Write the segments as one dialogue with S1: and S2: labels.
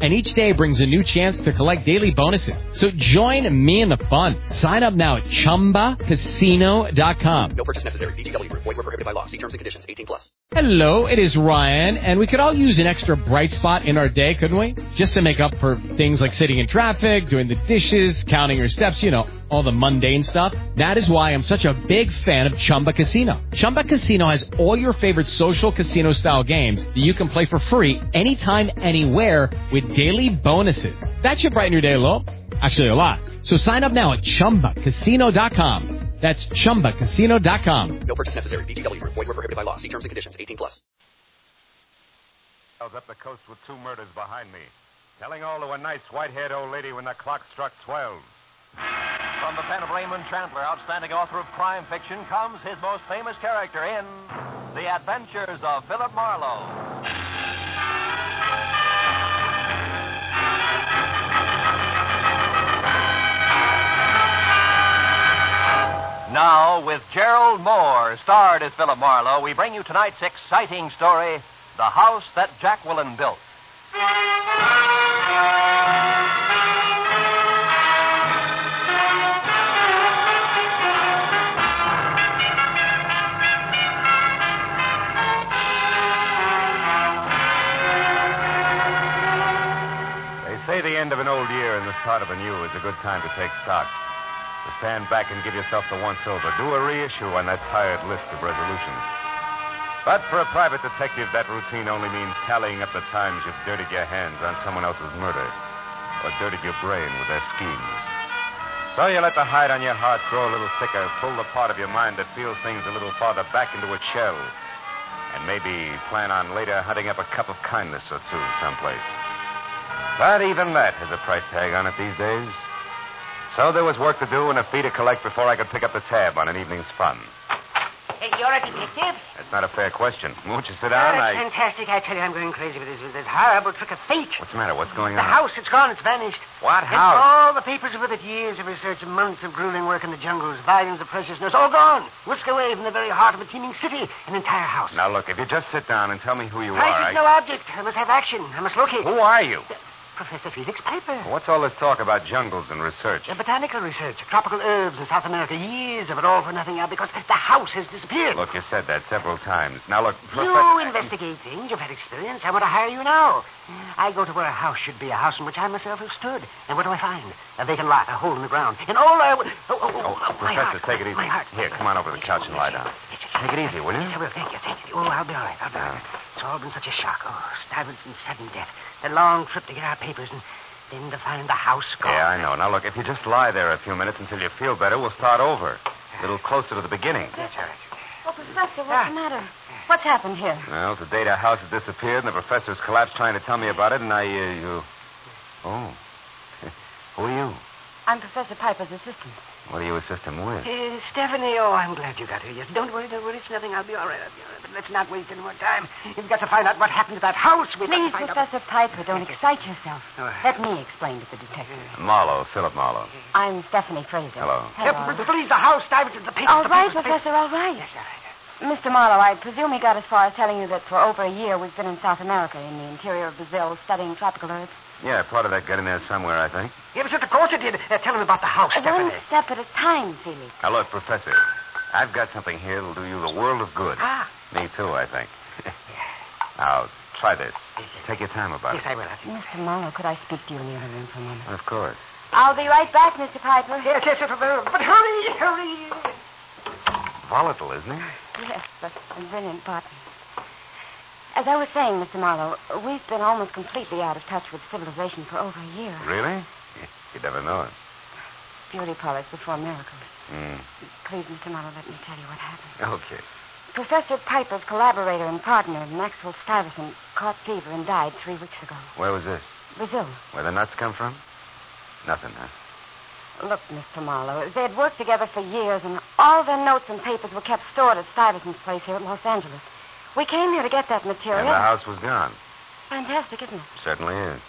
S1: and each day brings a new chance to collect daily bonuses. So join me in the fun. Sign up now at ChumbaCasino.com.
S2: No purchase necessary. VGW Group. Void were prohibited by law. See terms and conditions. 18 plus.
S1: Hello, it is Ryan, and we could all use an extra bright spot in our day, couldn't we? Just to make up for things like sitting in traffic, doing the dishes, counting your steps, you know, all the mundane stuff. That is why I'm such a big fan of Chumba Casino. Chumba Casino has all your favorite social casino style games that you can play for free anytime, anywhere with daily bonuses. That should brighten your day a little. Actually, a lot. So sign up now at chumbacasino.com. That's chumbacasino.com.
S2: No purchase necessary. VGW Group. Void were prohibited by law. See terms and conditions. 18 plus.
S3: I was up the coast with two murders behind me, telling all to a nice white-haired old lady when the clock struck 12.
S4: From the pen of Raymond Chandler, outstanding author of crime fiction, comes his most famous character in The Adventures of Philip Marlowe. Now, with Gerald Moore, starred as Philip Marlowe, we bring you tonight's exciting story The House That Jacqueline Built.
S3: They say the end of an old year and the start of a new is a good time to take stock. To stand back and give yourself the once over. Do a reissue on that tired list of resolutions. But for a private detective, that routine only means tallying up the times you've dirtied your hands on someone else's murder or dirtied your brain with their schemes. So you let the hide on your heart grow a little thicker, pull the part of your mind that feels things a little farther back into its shell, and maybe plan on later hunting up a cup of kindness or two someplace. But even that has a price tag on it these days. So there was work to do and a fee to collect before I could pick up the tab on an evening's fun.
S5: Hey, you're a detective?
S3: That's not a fair question. Won't you sit
S5: Oh,
S3: down?
S5: that's
S3: I...
S5: fantastic. I tell you, I'm going crazy with this, with this horrible trick of fate.
S3: What's the matter? What's going
S5: The
S3: on?
S5: house, it's gone, it's vanished.
S3: What
S5: And
S3: house?
S5: all the papers with it, years of research, months of grueling work in the jungles, volumes of precious notes, all gone. Whisked away from the very heart of a teeming city, an entire house.
S3: Now look, if you just sit down and tell me who you are.
S5: Price
S3: I...
S5: is no object. I must have action. I must locate.
S3: Who are you?
S5: Professor Felix Piper.
S3: What's all this talk about jungles and research?
S5: Uh, botanical research, tropical herbs in South America, years of it all for nothing now because the house has disappeared.
S3: Look, you said that several times. Now look,
S5: You investigate things. You've had experience. I want to hire you now. I go to where a house should be, a house in which I myself have stood. And what do I find? A vacant lot, a hole in the ground. And all I... w- Oh, oh,
S3: Oh,
S5: oh, oh, my
S3: Professor,
S5: heart.
S3: take it easy.
S5: My heart.
S3: Here, come on over to the couch and lie down. Take it easy, will you?
S5: Yes, I will. Thank you, thank you. Oh, I'll be all right. I'll be all right. It's all been such a shock. Oh, stifled and sudden death. The long trip to get our papers and then to find the house gone.
S3: Yeah, I know. Now look, if you just lie there a few minutes until you feel better, we'll start over. A little closer to the beginning.
S5: That's all right.
S6: Oh, Professor,
S5: Ah.
S6: what's the matter? What's happened here?
S3: Well, to date, our house has disappeared, and the professor's collapsed trying to tell me about it, and I, uh, you... Oh. Who are you?
S6: I'm Professor Piper's assistant.
S3: What are you assisting with?
S5: Uh, Stephanie, oh, I'm glad you got here. Yes, don't worry, don't worry. It's nothing. I'll be all right. I'll be all right. But let's not waste any more time. We've got to find out what happened to that house. We've
S6: Please,
S5: got to find
S6: Professor Piper, don't excite yourself.
S5: Oh.
S6: Let me explain to the detective.
S3: Marlowe, Philip Marlowe.
S6: I'm Stephanie Fraser.
S3: Hello.
S5: out. Yeah, but please, the house, dive into the papers.
S6: All
S5: the
S6: right,
S5: papers,
S6: Professor, all right.
S5: Yes, all right.
S6: Mr. Marlowe, I presume he got as far as telling you that for over a year we've been in South America, in the interior of Brazil, studying tropical herbs.
S3: Yeah, part of that got in there somewhere, I think.
S5: Yeah, but of course it did. Uh, tell him about the house,
S6: One
S5: Stephanie.
S6: step at a time, Felix.
S3: Now, look, Professor, I've got something here that'll do you the world of good.
S5: Ah.
S3: Me, too, I think. now, try this. Take your time about
S5: Yes,
S3: it.
S5: I will. I think.
S6: Mr. Marlowe, could I speak to you in the other room for a moment?
S3: Of course.
S6: I'll be right back, Mr. Piper.
S5: Yes, yes, yes, but hurry, hurry.
S3: Volatile, isn't it?
S6: Yes, but a brilliant partner. As I was saying, Mr. Marlowe, we've been almost completely out of touch with civilization for over a year.
S3: Really? You'd never know it.
S6: Beauty parlors before miracles.
S3: Mm.
S6: Please, Mr. Marlowe, let me tell you what happened.
S3: Okay.
S6: Professor Piper's collaborator and partner, Maxwell Stuyvesant, caught fever and died three weeks ago.
S3: Where was this?
S6: Brazil.
S3: Where the nuts come from? Nothing, huh?
S6: Look, Mr. Marlowe, they had worked together for years, and all their notes and papers were kept stored at Stuyvesant's place here at Los Angeles. We came here to get that material.
S3: And the house was gone.
S6: Fantastic, isn't it?
S3: Certainly is.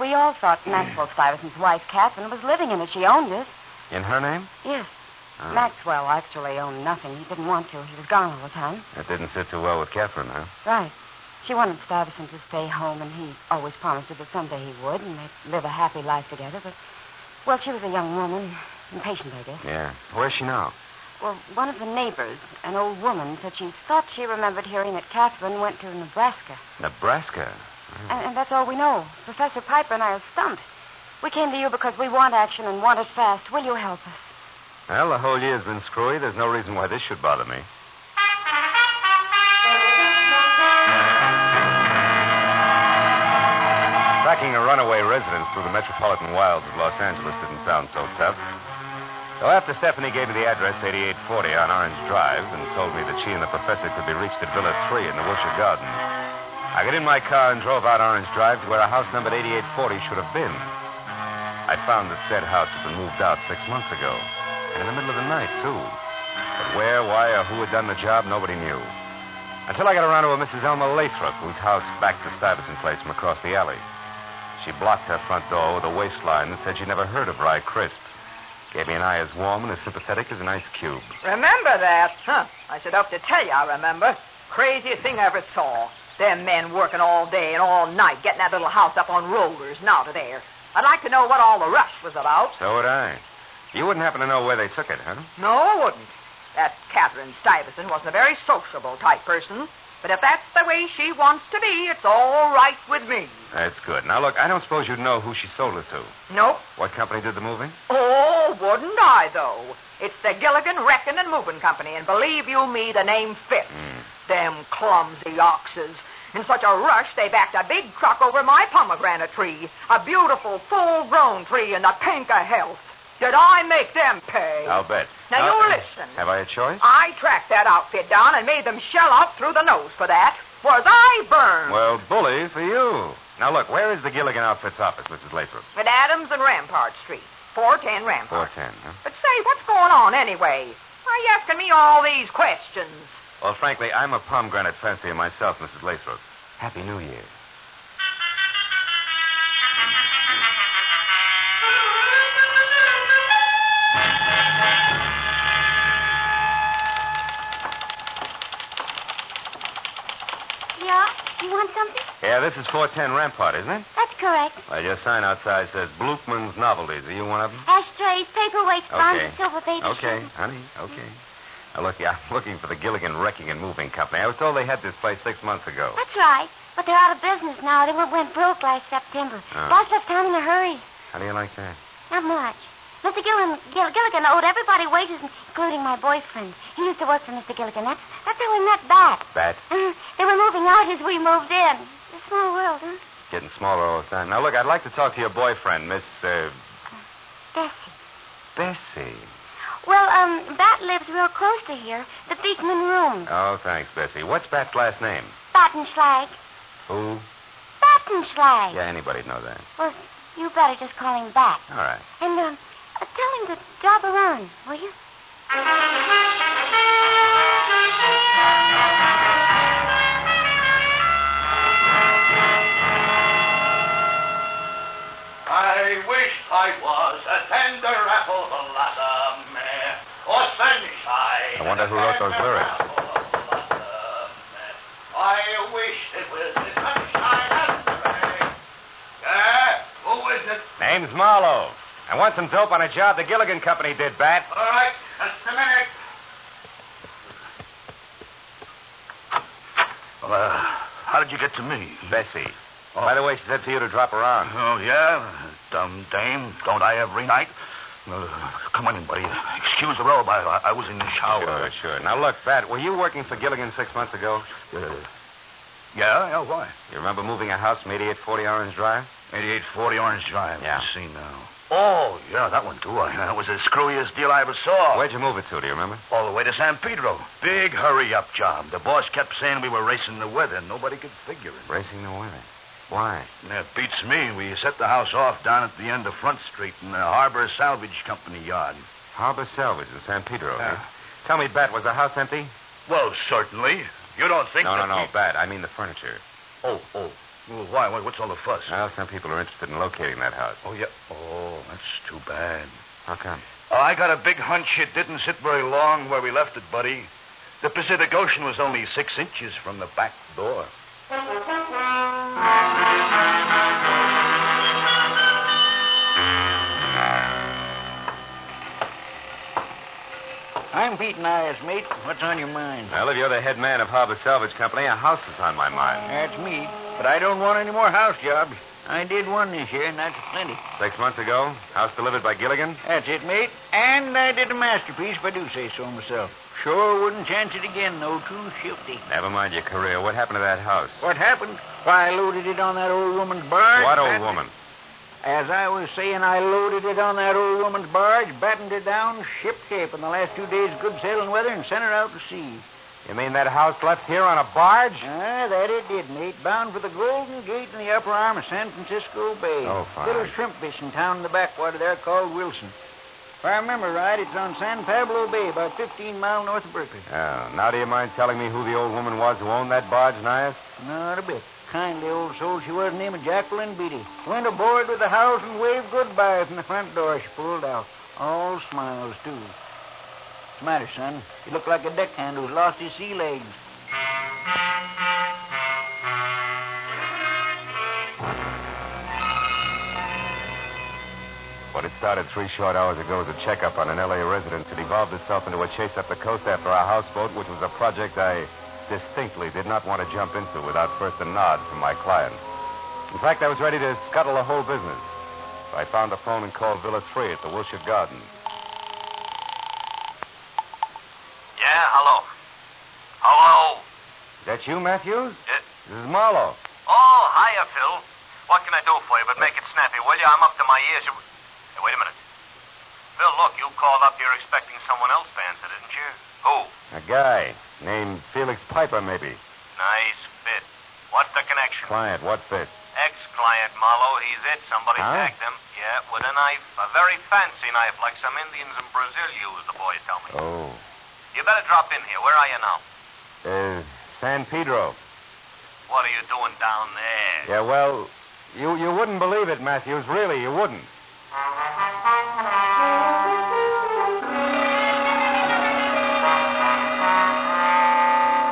S6: We all thought Maxwell Stuyvesant's wife, Catherine, was living in it. She owned it.
S3: In her name?
S6: Yes.
S3: Oh.
S6: Maxwell actually owned nothing. He didn't want to. He was gone all the time.
S3: That didn't sit too well with Catherine, huh?
S6: Right. She wanted Stuyvesant to stay home, and he always promised her that someday he would, and they'd live a happy life together. But, well, she was a young woman, impatient, I guess.
S3: Yeah. Where's she now?
S6: Well, one of the neighbors, an old woman, said she thought she remembered hearing that Catherine went to Nebraska.
S3: Nebraska.
S6: And, and that's all we know. Professor Piper and I are stumped. We came to you because we want action and want it fast. Will you help us?
S3: Well, the whole year's been screwy. There's no reason why this should bother me. Tracking a runaway residence through the metropolitan wilds of Los Angeles didn't sound so tough. So after Stephanie gave me the address 8840 on Orange Drive and told me that she and the professor could be reached at Villa 3 in the Wilshire Gardens, I got in my car and drove out Orange Drive to where a house numbered 8840 should have been. I found that said house had been moved out six months ago, and in the middle of the night, too. But where, why, or who had done the job, nobody knew. Until I got around to a Mrs. Elma Lathrop, whose house backed to Stuyvesant Place from across the alley. She blocked her front door with a waistline that said she never heard of Rye Crisp. Gave me an eye as warm and as sympathetic as an ice cube.
S7: Remember that, huh? I should have to tell you, I remember. Craziest thing I ever saw. Them men working all day and all night, getting that little house up on rollers and out of there. I'd like to know what all the rush was about.
S3: So would I. You wouldn't happen to know where they took it, huh?
S7: No, I wouldn't. That Catherine Stuyvesant wasn't a very sociable type person. But if that's the way she wants to be, it's all right with me.
S3: That's good. Now, look, I don't suppose you'd know who she sold it to.
S7: Nope.
S3: What company did the moving?
S7: Oh, wouldn't I, though? It's the Gilligan Wrecking and Moving Company, and believe you me, the name fits. Them clumsy oxes. In such a rush, they backed a big truck over my pomegranate tree, a beautiful full-grown tree in the pink of health. Did I make them pay?
S3: I'll bet. Uh,
S7: Now, you listen.
S3: Have I a choice?
S7: I tracked that outfit down and made them shell out through the nose for that. Was I burned?
S3: Well, bully for you. Now, look, where is the Gilligan Outfit's office, Mrs. Lathrop?
S7: At Adams and Rampart Street, 410 Rampart.
S3: 410, huh?
S7: But say, what's going on anyway? Why are you asking me all these questions?
S3: Well, frankly, I'm a pomegranate fancier myself, Mrs. Lathrop. Happy New Year.
S6: Yeah? You want something?
S3: Yeah, this is 410 Rampart, isn't it?
S6: That's correct.
S3: Well, your sign outside says Bloopman's Novelties. Are you one of them?
S6: Ashtrays, paperweights,
S3: Okay.
S6: bonds, silver baby.
S3: Okay, honey. Okay. Now look, yeah, I'm looking for the Gilligan Wrecking and Moving Company. I was told they had this place six months ago.
S6: That's right. But they're out of business now. They went- went broke last September.
S3: Ah.
S6: Boss left town in a hurry.
S3: How do you like that?
S6: Not much. Mr. Gilligan, Gill- Gilligan owed everybody wages, including my boyfriend. He used to work for Mr. Gilligan. That's, that's how we met back.
S3: Bat
S6: Uh, they were moving out as we moved in. A small world, huh?
S3: getting smaller all the time. Now look, I'd like to talk to your boyfriend, Miss uh,
S6: Bessie.
S3: Bessie.
S6: Well, um, Bat lives real close to here, the Beekman room.
S3: Oh, thanks, Bessie. What's Bat's last name?
S6: Battenschlag.
S3: Who?
S6: Battenschlag.
S3: Yeah, anybody'd know that.
S6: Well, you better just call him Bat.
S3: All right.
S6: And, um, uh, tell him to job around, will you?
S8: I wish I was a tender apple blossom or sunshine.
S3: I wonder who wrote those lyrics.
S8: I wish it was the sunshine and the rain. Yeah? Who is it?
S3: Name's Marlowe. I want some dope on a job the Gilligan Company did, Bat.
S8: All right, just a minute.
S9: Well, uh, how did you get to me?
S3: Bessie. By the way, she said for you to drop around.
S9: Oh, yeah? Dumb dame. Don't I every night? Uh, come on in, buddy. Excuse the robe. I, I was in the shower.
S3: Ah, Sure, sure. Now look, Bat, were you working for Gilligan six months ago?
S9: Uh, yeah? Yeah, why?
S3: You remember moving a house from 8840 Orange Drive?
S9: 8840 Orange Drive.
S3: Yeah.
S9: Let's see now. Oh, yeah, that one, too. I, that was the screwiest deal I ever saw.
S3: Where'd you move it to, do you remember?
S9: All the way to San Pedro. Big hurry-up job. The boss kept saying we were racing the weather. Nobody could figure it.
S3: Racing the weather. Why?
S9: That beats me. We set the house off down at the end of Front Street in the Harbor Salvage Company yard.
S3: Harbor Salvage in San Pedro. eh? huh?
S9: Yeah.
S3: Tell me, Bat, was the house empty?
S9: Well, certainly. You don't think
S3: No, no,
S9: that
S3: no,
S9: we-
S3: bad. I mean the furniture.
S9: Oh, oh. Well, why? Why- What's all the fuss?
S3: Well, some people are interested in locating that house.
S9: Oh, yeah. Oh, that's too bad.
S3: How come?
S9: Uh, I got a big hunch it didn't sit very long where we left it, buddy. The Pacific Ocean was only six inches from the back door.
S10: I'm beaten eyes, mate. What's on your mind?
S3: Well, if you're the head man of Harbor Salvage Company, a house is on my mind.
S10: That's me. But I don't want any more house jobs. I did one this year, and that's plenty.
S3: Six months ago, house delivered by Gilligan.
S10: That's it, mate. And I did a masterpiece, if I do say so myself. Sure wouldn't chance it again, though. Too shifty.
S3: Never mind your career. What happened to that house?
S10: What happened? Why, I loaded it on that old woman's barge.
S3: What old
S10: battened-
S3: woman?
S10: As I was saying, I loaded it on that old woman's barge, battened her down, ship shape in the last two days' good sailing weather, and sent her out to sea.
S3: You mean that house left here on a barge?
S10: Ah, that it did, mate. Bound for the Golden Gate in the upper arm of San Francisco Bay.
S3: Oh, fine.
S10: Little shrimp fishing town in the backwater there called Wilson. If I remember right, it's on San Pablo Bay, about 15 mile north of Berkeley.
S3: Yeah. Now, do you mind telling me who the old woman was who owned that barge, Nias?
S10: Not a bit. Kindly old soul she was, named Jacqueline Beatty. Went aboard with the house and waved goodbye from the front door. She pulled out. All smiles, too. What's the matter, son? You look like a deckhand who's lost his sea legs.
S3: What had started three short hours ago as a checkup on an L.A. residence had evolved itself into a chase up the coast after a houseboat, which was a project I distinctly did not want to jump into without first a nod from my client. In fact, I was ready to scuttle the whole business. So I found the phone and called Villa 3 at the Wilshire Gardens.
S8: Yeah, hello. Hello.
S3: That you, Matthews?
S8: Yes.
S3: This is Marlowe.
S8: Oh, hiya, Phil. What can I do for you but make it snappy, will you? I'm up to my ears. You... Hey, wait a minute. Phil, look, you called up here expecting someone else to answer, didn't you? Who?
S3: A guy named Felix Piper, maybe.
S8: Nice fit. What's the connection?
S3: Client, what's this?
S8: Ex-client Marlowe, he's it. Somebody
S3: Huh?
S8: tagged him. Yeah, with a knife. A very fancy knife, like some Indians in Brazil use, the boys tell me.
S3: Oh.
S8: You better drop in here. Where are you now?
S3: Uh, San Pedro.
S8: What are you doing down there?
S3: Yeah, well, you, you wouldn't believe it, Matthews. Really, you wouldn't.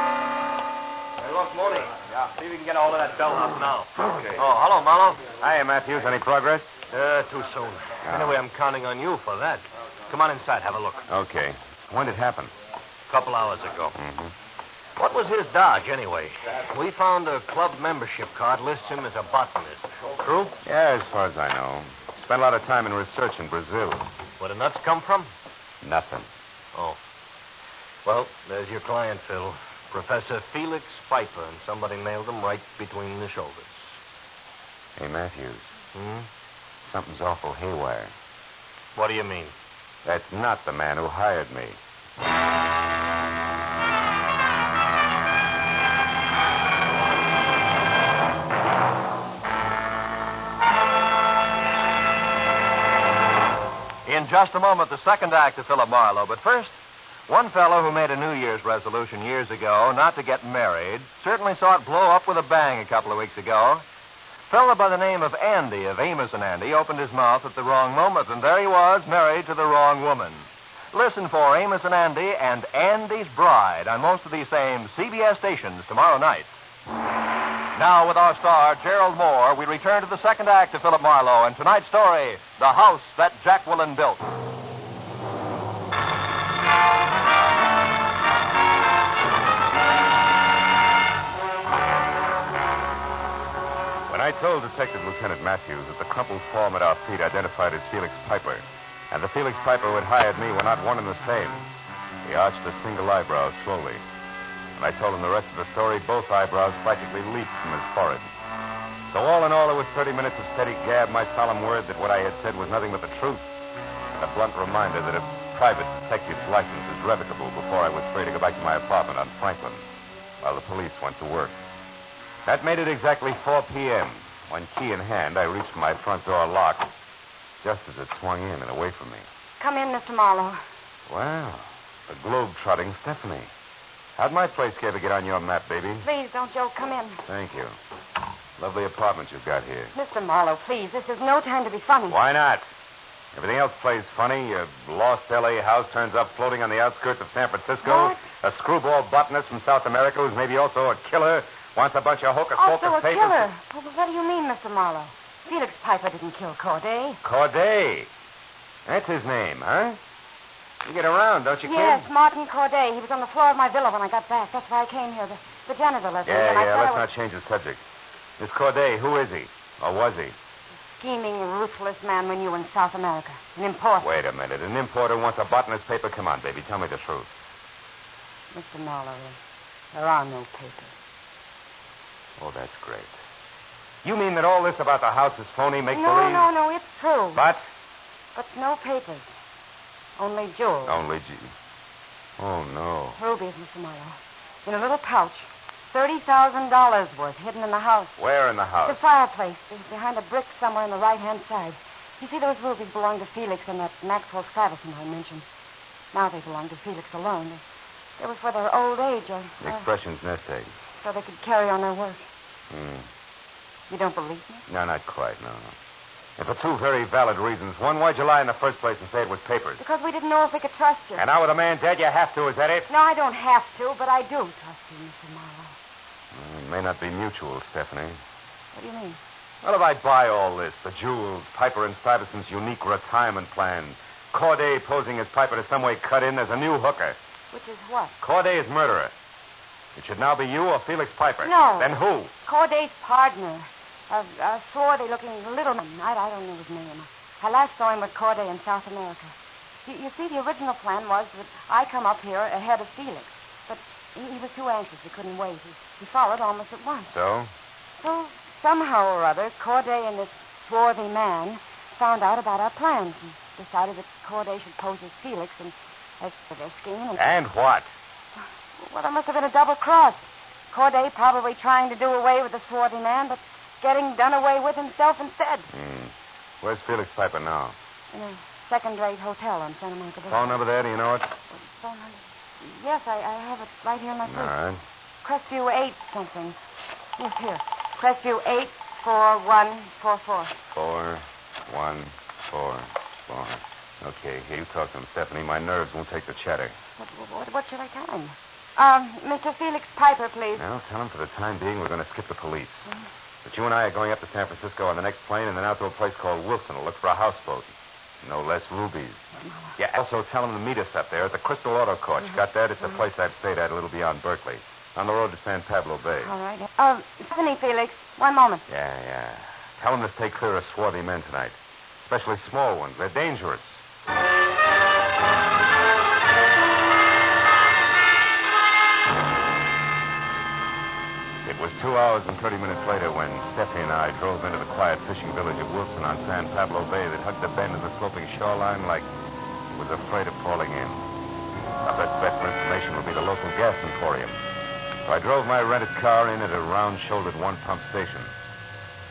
S4: Hey, look, Morty. Yeah. See if we can get all of that bell up now.
S3: Okay.
S4: Oh, hello, Marlowe.
S3: Hiya, Matthews. Any progress?
S4: Uh, too soon. Anyway,
S3: Ah.
S4: I'm counting on you for that. Come on inside, have a look.
S3: Okay. When did it happen?
S4: A couple hours ago.
S3: Mm-hmm.
S4: What was his dodge, anyway? We found a club membership card lists him as a botanist. True?
S3: Yeah, as far as I know. Spent a lot of time in research in Brazil.
S4: Where the nuts come from?
S3: Nothing.
S4: Oh. Well, there's your client, Phil. Professor Felix Pfeiffer, and somebody nailed him right between the shoulders.
S3: Hey, Matthews,
S4: Hmm?
S3: something's awful haywire.
S4: What do you mean?
S3: That's not the man who hired me.
S4: In just a moment, the second act of Philip Marlowe. But first, one fellow who made a New Year's resolution years ago not to get married certainly saw it blow up with a bang a couple of weeks ago. A Fellow by the name of Andy of Amos and Andy opened his mouth at the wrong moment, and there he was, married to the wrong woman. Listen for Amos and Andy and Andy's Bride on most of these same CBS stations tomorrow night. Now, with our star, Gerald Moore, we return to the second act of Philip Marlowe and tonight's story The House That Jacqueline Built.
S3: When I told Detective Lieutenant Matthews that the crumpled form at our feet identified as Felix Piper, and the Felix Piper who had hired me were not one and the same, he arched a single eyebrow slowly. When I told him the rest of the story, both eyebrows practically leaped from his forehead. So all in all, it was 30 minutes of steady gab, my solemn word that what I had said was nothing but the truth, and a blunt reminder that a private detective's license is revocable before I was free to go back to my apartment on Franklin, while the police went to work. That made it exactly 4 p.m. When key in hand, I reached for my front door lock just as it swung in and away from me.
S6: Come in, Mr. Marlowe.
S3: Wow, the globe-trotting Stephanie. How'd my place ever get on your map, baby?
S6: Please don't, Joe. Come in.
S3: Thank you. Lovely apartment you've got here.
S6: Mr. Marlowe, please. This is no time to be funny.
S3: Why not? Everything else plays funny. Your lost L.A. house turns up floating on the outskirts of San
S6: What?
S3: Francisco. A screwball botanist from South America who's maybe also a killer wants a bunch of hocus
S6: Also
S3: pocus
S6: a
S3: papers.
S6: killer. Well, what do you mean, Mr. Marlowe? Felix Piper didn't kill Corday.
S3: Corday. That's his name, huh? You get around, don't you,
S6: yes,
S3: kid?
S6: Martin Corday. He was on the floor of my villa when I got back. That's why I came here. The, the janitor left me,
S3: Yeah,
S6: and I
S3: yeah.
S6: thought
S3: Let's
S6: I was
S3: not change the subject. This Corday, who is he? Or was he?
S6: scheming, ruthless man we knew in South America. An importer.
S3: Wait a minute. An importer wants a botanist paper? Come on, baby. Tell me the truth.
S6: Mr. Marlowe, there are no papers.
S3: Oh, that's great. You mean that all this about the house is phony, make
S6: no,
S3: believe?
S6: no, no. It's true.
S3: But
S6: But no papers. Only jewels.
S3: only G. Oh no.
S6: Rubies, Mr. Marlowe. In a little pouch. $30,000 worth hidden in the house.
S3: Where in the
S6: The
S3: house?
S6: fireplace, be- behind a brick somewhere on the right hand side. You see, those rubies belong to Felix and that Maxwell Stuyvesant I mentioned. Now they belong to Felix alone. They- They were for their old age, or,
S3: The
S6: or
S3: expression's nest egg.
S6: so they could carry on their work.
S3: Hmm.
S6: You don't believe me?
S3: No, not quite. No. no. And for two very valid reasons. One, why'd you lie in the first place and say it was papers?
S6: Because we didn't know if we could trust you.
S3: And now with a man dead, you have to. Is that it?
S6: No, I don't have to, but I do trust you, Mr. Marlowe.
S3: Mm, It may not be mutual, Stephanie.
S6: What do you mean?
S3: What if I buy all this? The jewels, Piper and Stuyvesant's unique retirement plan, Corday posing as Piper to some way cut in as a new hooker,
S6: Which is what?
S3: Corday's murderer. It should now be you or Felix Piper.
S6: No.
S3: Then who?
S6: Corday's partner. A, a swarthy looking little man. I, I don't know his name. I last saw him with Corday in South America. You, you see, the original plan was that I come up here ahead of Felix. But he, he was too anxious. He couldn't wait. He, he followed almost at once.
S3: So?
S6: So somehow or other, Corday and this swarthy man found out about our plans and decided that Corday should pose as Felix and as for their scheme. And,
S3: And what?
S6: well, there must have been a double cross. Corday probably trying to do away with the swarthy man, but getting done away with himself instead.
S3: Hmm. Where's Felix Piper now?
S6: In a second-rate hotel on Santa Monica Boulevard.
S3: Mm. Phone number there, do you know it?
S6: Phone number? Yes, I, I have it right here in my
S3: All
S6: purse.
S3: right.
S6: Crestview 8 something. Yes, here. Crestview 84144.
S3: Four, one, four, four. Okay, here, you talk to him, Stephanie. My nerves won't take the chatter.
S6: What, what, what should I tell him? Um, Mr. Felix Piper, please.
S3: Now, tell him for the time being we're going to skip the police. But you and I are going up to San Francisco on the next plane and then out to a place called Wilson to look for a houseboat. No less rubies. Yeah, also tell him to meet us up there at the Crystal Auto Court. You Got that? It's a place I've stayed at a little beyond Berkeley. On the road to San Pablo Bay.
S6: All right. Um, Stephanie Felix, one moment.
S3: Yeah, yeah. Tell him to stay clear of swarthy men tonight. Especially small ones. They're dangerous. It was two hours and 30 minutes later when Stephanie and I drove into the quiet fishing village of Wilson on San Pablo Bay that hugged a bend in the sloping shoreline like it was afraid of falling in. Our best bet for information will be the local gas emporium. So I drove my rented car in at a round-shouldered one-pump station.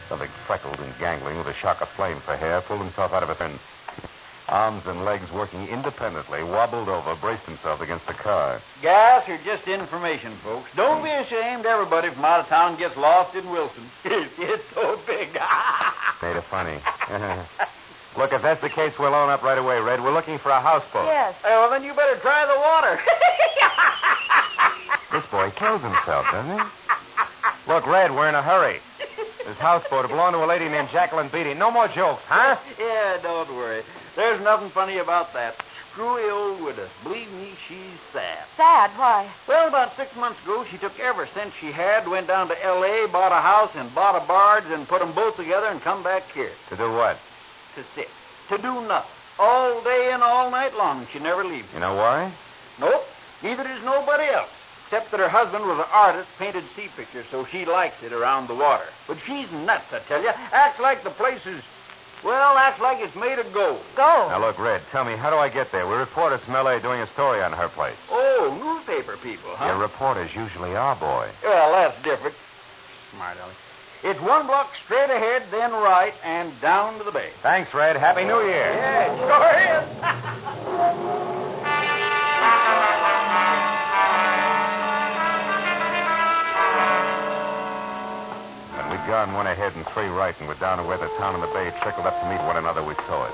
S3: Something freckled and gangling with a shock of flame for hair pulled himself out of it and, arms and legs working independently, wobbled over, braced himself against the car.
S10: Gas or just information, folks. Don't be ashamed. Everybody from out of town gets lost in Wilson. it's so big.
S3: Made it funny. Look, if that's the case, we'll own up right away, Red. We're looking for a houseboat.
S6: Yes.
S10: Hey, well, then you better try the water.
S3: This boy kills himself, doesn't he? Look, Red, we're in a hurry. This houseboat belonged to a lady named Jacqueline Beatty. No more jokes, huh?
S10: yeah, don't worry. There's nothing funny about that. Screwy old widow. Believe me, she's sad.
S6: Sad, why?
S10: Well, about six months ago, she took every cent she had, went down to L.A., bought a house, and bought a barge, and put 'em both together and come back here
S3: To do what?
S10: to sit, to do nothing. All day and all night long, she never leaves.
S3: You know why?
S10: Nope. Neither does nobody else. Except that her husband was an artist, painted sea pictures, so she likes it around the water. But she's nuts, I tell you. Acts like the place is, well, acts like it's made of gold.
S6: Go.
S3: Now, look, Red, tell me, how do I get there? We're reporters from L.A. doing a story on her place.
S10: Oh, newspaper people, huh?
S3: Your reporters usually are, boy.
S10: Well, that's different. Smart, Ellie. It's one block straight ahead, then right, and down to the bay.
S3: Thanks, Red. Happy New Year.
S10: Yeah, sure is.
S3: gun, one ahead and three right, and we're down to where the town and the bay trickled up to meet one another. We saw it.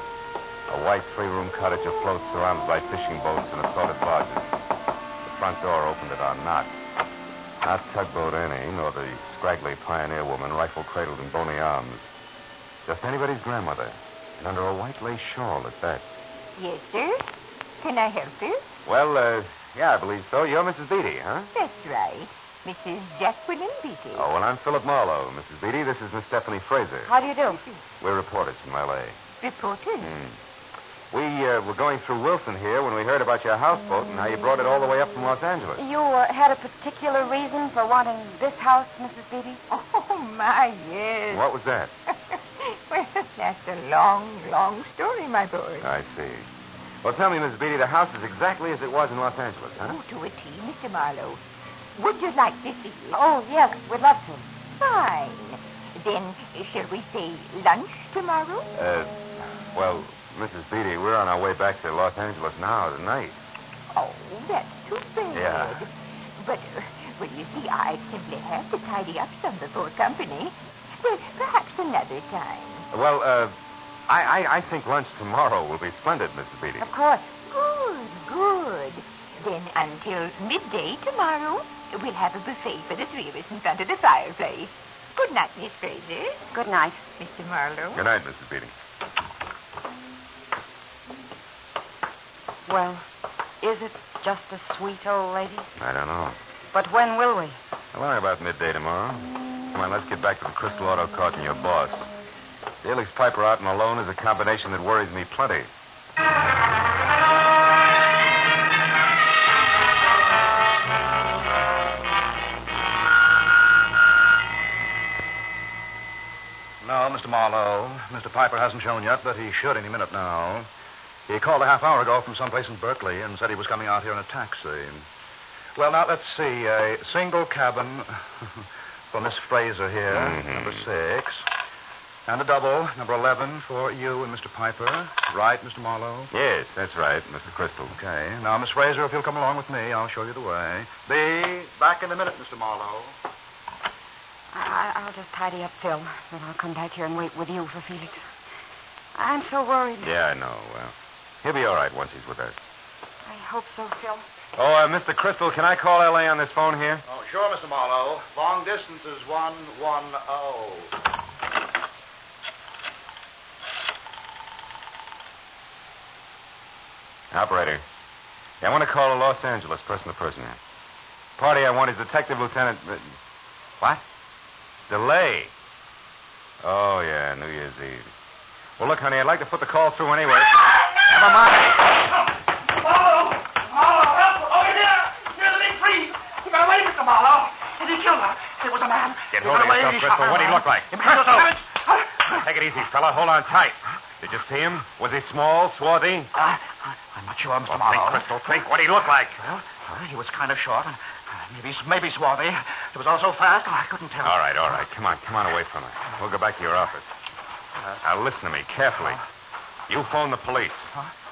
S3: A white three-room cottage afloat, surrounded by fishing boats and assorted barges. The front door opened at our knock. Not Tugboat Annie, nor the scraggly pioneer woman, rifle cradled in bony arms. Just anybody's grandmother, and under a white lace shawl at that.
S11: Yes, sir. Can I help you?
S3: Well, uh, yeah, I believe so. You're Mrs. Beatty, huh?
S11: That's right. Mrs. Jacqueline Beatty.
S3: Oh, well, I'm Philip Marlowe. Mrs. Beatty, this is Miss Stephanie Fraser.
S6: How do you do?
S3: We're reporters from L.A.
S11: Reporter?
S3: Hmm. We uh, were going through Wilson here when we heard about your houseboat and how you brought it all the way up from Los Angeles.
S6: You uh, had a particular reason for wanting this house, Mrs. Beatty?
S11: Oh, my, yes.
S3: What was that?
S11: well, that's a long, long story, my boy.
S3: I see. Well, tell me, Mrs. Beatty, the house is exactly as it was in Los Angeles, huh?
S11: Oh, to a T, Mr. Marlowe. Would you like to see it?
S6: Oh, yes, we'd love to.
S11: fine. Then shall we say lunch tomorrow?
S3: Uh, well, Mrs. Beatty, we're on our way back to Los Angeles now tonight.
S11: Oh, that's too bad.
S3: Yeah.
S11: But, uh, well, you see, I simply have to tidy up some before company. Well, perhaps another time.
S3: Well, uh, I, I, I think lunch tomorrow will be splendid, Mrs. Beatty.
S6: Of course.
S11: Good, good. Then until midday tomorrow, we'll have a buffet for the three of us in front of the fireplace. Good night, Miss Fraser.
S6: Good night.
S11: Mr. Marlowe.
S3: Good night, Mrs. Beatty.
S6: Well, is it just a sweet old lady?
S3: I don't know.
S6: But when will we?
S3: Well, about midday tomorrow. Come on, let's get back to the Crystal Auto Cart and your boss. Felix Piper out and alone is a combination that worries me plenty.
S9: No, Mr. Marlowe. Mr. Piper hasn't shown yet, but he should any minute now. He called a half hour ago from someplace in Berkeley and said he was coming out here in a taxi. Well, now, let's see. A single cabin for Miss Fraser here,
S3: Mhm.
S9: number six. And a double, number 11, for you and Mr. Piper. Right, Mr. Marlowe?
S3: Yes, that's right, Mr. Crystal.
S9: Okay. Now, Miss Fraser, if you'll come along with me, I'll show you the way. Be back in a minute, Mr. Marlowe.
S6: I, I'll just tidy up, Phil. Then I'll come back here and wait with you for Felix. I'm so worried.
S3: Yeah, I know. Well, he'll be all right once he's with us.
S6: I hope so, Phil.
S3: Oh, uh, Mr. Crystal, can I call L.A. on this phone here?
S9: Oh, sure, Mr. Marlowe. Long distance is oh. 110.
S3: Operator. Yeah, I want to call to Los Angeles, person to person. here. Party I want is Detective Lieutenant. uh, What? Delay. Oh, yeah, New Year's Eve. Well, look, honey, I'd like to put the call through anyway. Never mind.
S12: Marlowe! Marlowe, Oh, help! Over here! Here's the big freeze! He got away, Mr. Marlowe! Did he kill her? It was a man.
S3: Get
S12: He
S3: hold
S12: got
S3: of
S12: away,
S3: yourself,
S12: he
S3: Crystal.
S12: shot her
S3: What did he
S12: man.
S3: look like?
S12: He murdered
S3: Crystal!
S12: her.
S3: Take it easy, fella. Hold on tight. Did you see him? Was he small, swarthy?
S12: I, I'm not sure, Mr.
S3: Well, think,
S12: Marlowe.
S3: Crystal. Think what he looked like.
S12: Well,
S5: uh,
S12: well, he was kind of short and uh, maybe maybe swarthy. It was also fast, and I couldn't tell.
S3: All right, all right. Come on, come on away from her. We'll go back to your office. Now, listen to me carefully. You phone the police.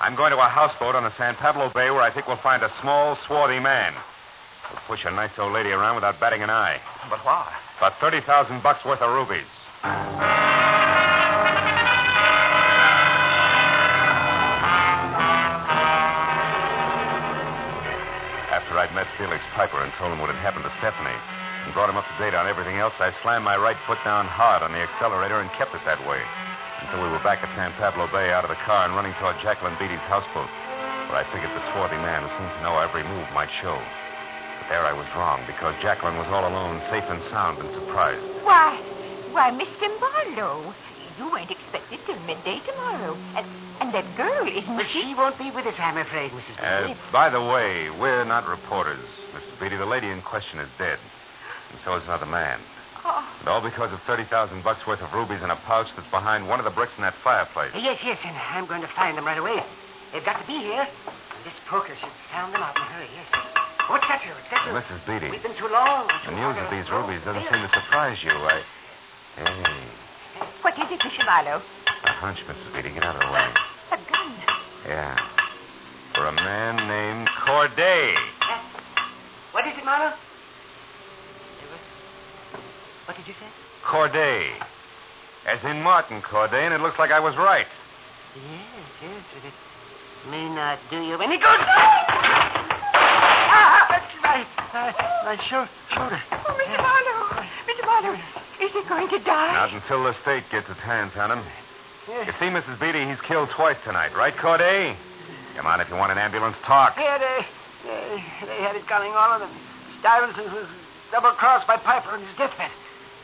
S3: I'm going to a houseboat on the San Pablo Bay where I think we'll find a small, swarthy man. We'll push a nice old lady around without batting an eye.
S12: But why?
S3: About 30,000 bucks worth of rubies. After I'd met Felix Piper and told him what had happened to Stephanie and brought him up to date on everything else, I slammed my right foot down hard on the accelerator and kept it that way until we were back at San Pablo Bay out of the car and running toward Jacqueline Beatty's houseboat, where I figured the swarthy man who seemed to know every move might show. But there I was wrong because Jacqueline was all alone, safe and sound and surprised.
S11: Why, why, Mr. Marlowe, you weren't expected till midday tomorrow. And, and that girl isn't
S10: But she won't be with us, I'm afraid, Mrs.
S3: Uh, by the way, we're not reporters, Mrs. Beatty. The lady in question is dead, and so is another man.
S11: Oh.
S3: And all because of thirty thousand bucks worth of rubies in a pouch that's behind one of the bricks in that fireplace.
S10: Yes, yes, and I'm going to find them right away. They've got to be here. And This poker should sound them out in a hurry, yes. What's that, Joe? What's that, Joe?
S3: Mrs. Beatty,
S10: We've been too long.
S3: the news of these rubies doesn't seem to surprise you. I. Hey,
S11: What is it, Mr. Marlowe?
S3: a hunch, Mrs. Beatty. Get out of the way.
S11: A gun.
S3: Yeah. For a man named Corday.
S10: What is it, Marlowe? There was,
S7: What did you say?
S3: Corday. As in Martin Corday, and it looks like I was right.
S5: Yes, yes. but It may not do you any good. Ah, that's Ah, my, my, my shou- shoulder.
S7: Oh, Mr. Marlowe. Mr. Marlowe, is he going to die?
S3: Not until the state gets its hands on him. You see, Mrs. Beatty, he's killed twice tonight, right, Corday? Come on, if you want an ambulance, talk.
S5: Yeah, they, they, they had it coming, all of them. Stuyvesant was double-crossed by Piper on his deathbed.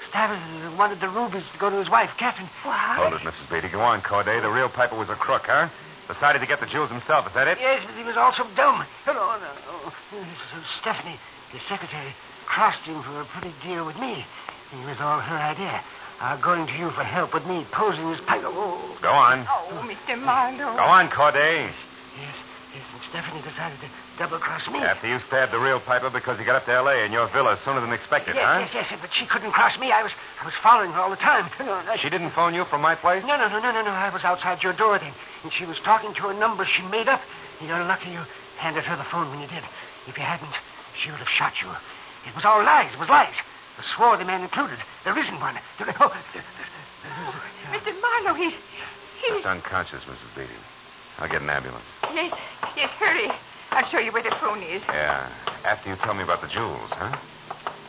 S5: Stuyvesant wanted the rubies to go to his wife, Catherine.
S3: Hold it, Mrs. Beatty. Go on, Corday. The real Piper was a crook, huh? Decided to get the jewels himself, is that it?
S5: Yes, but he was also dumb. Hello, no, no. Stephanie, the secretary, crossed him for a pretty deal with me. It was all her idea. Uh, going to you for help with me, posing as Piper. Oh.
S3: Go on.
S7: Oh, Mr. Marlowe.
S3: Go on, Corday.
S5: Yes, yes, and Stephanie decided to double cross me.
S3: After you stabbed the real Piper because he got up to L.A. in your villa sooner than expected,
S5: Yes,
S3: huh?
S5: yes, yes, but she couldn't cross me. I was, I was following her all the time. No, no, no,
S3: She didn't phone you from my place?
S5: No, no, no, no, no, no. I was outside your door then, and she was talking to a number she made up. You're lucky you handed her the phone when you did. If you hadn't, she would have shot you. It was all lies. It was lies. The swarthy man included. There isn't one. There- oh, there-
S7: Mr. Marlowe, he's.
S3: Just unconscious, Mrs. Beatty. I'll get an ambulance.
S7: Yes, yes, hurry. I'll show you where the phone is.
S3: Yeah. After you tell me about the jewels, huh?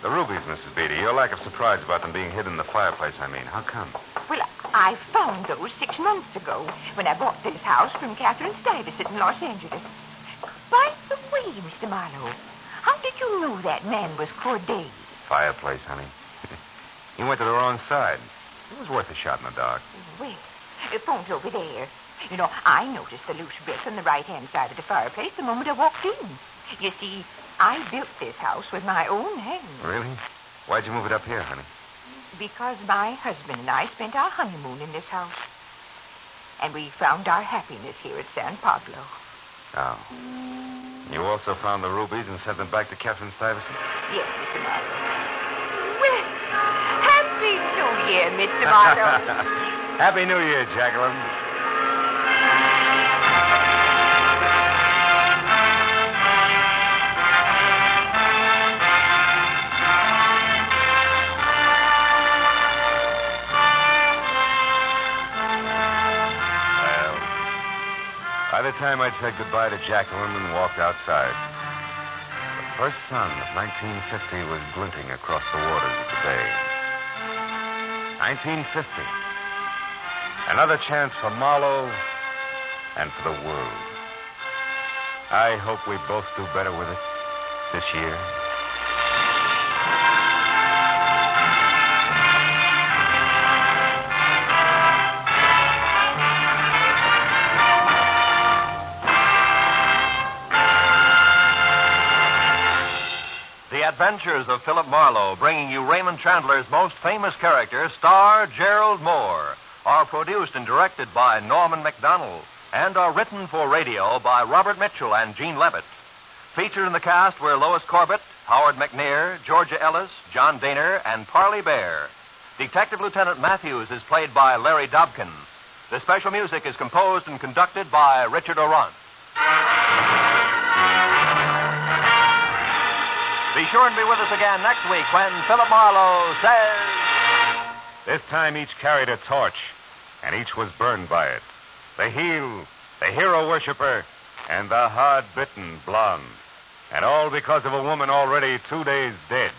S3: The rubies, Mrs. Beatty. Your lack of surprise about them being hidden in the fireplace, I mean. How come?
S11: Well, I found those six months ago when I bought this house from Catherine Stuyvesant in Los Angeles. By the way, Mr. Marlowe, how did you know that man was Corday?
S3: Fireplace, honey. you went to the wrong side. It was worth a shot in the dark.
S11: Well, the phone's over there. You know, I noticed the loose brick on the right-hand side of the fireplace the moment I walked in. You see, I built this house with my own hands
S3: Really? Why'd you move it up here, honey?
S11: because my husband and I spent our honeymoon in this house. And we found our happiness here at San Pablo.
S3: Oh. You also found the rubies and sent them back to Catherine Stuyvesant?
S11: Yes, Mr. Marlowe. Well, happy New Year, Mr. Marlowe.
S3: Happy New Year, Jacqueline. Well, By the time I said goodbye to Jacqueline and walked outside, the first sun of 1950 was glinting across the waters of the bay. 1950. Another chance for Marlowe and for the world. I hope we both do better with it this year.
S4: The Adventures of Philip Marlowe, bringing you Raymond Chandler's most famous character, star Gerald Moore, are produced and directed by Norman MacDonald and are written for radio by Robert Mitchell and Gene Levitt. Featured in the cast were Lois Corbett, Howard McNair, Georgia Ellis, John Daner, and Parley Bear. Detective Lieutenant Matthews is played by Larry Dobkin. The special music is composed and conducted by Richard Oran. Be sure and be with us again next week when Philip Marlowe says.
S3: This time each carried a torch, and each was burned by it. The heel, the hero worshiper, and the hard bitten blonde. And all because of a woman already two days dead.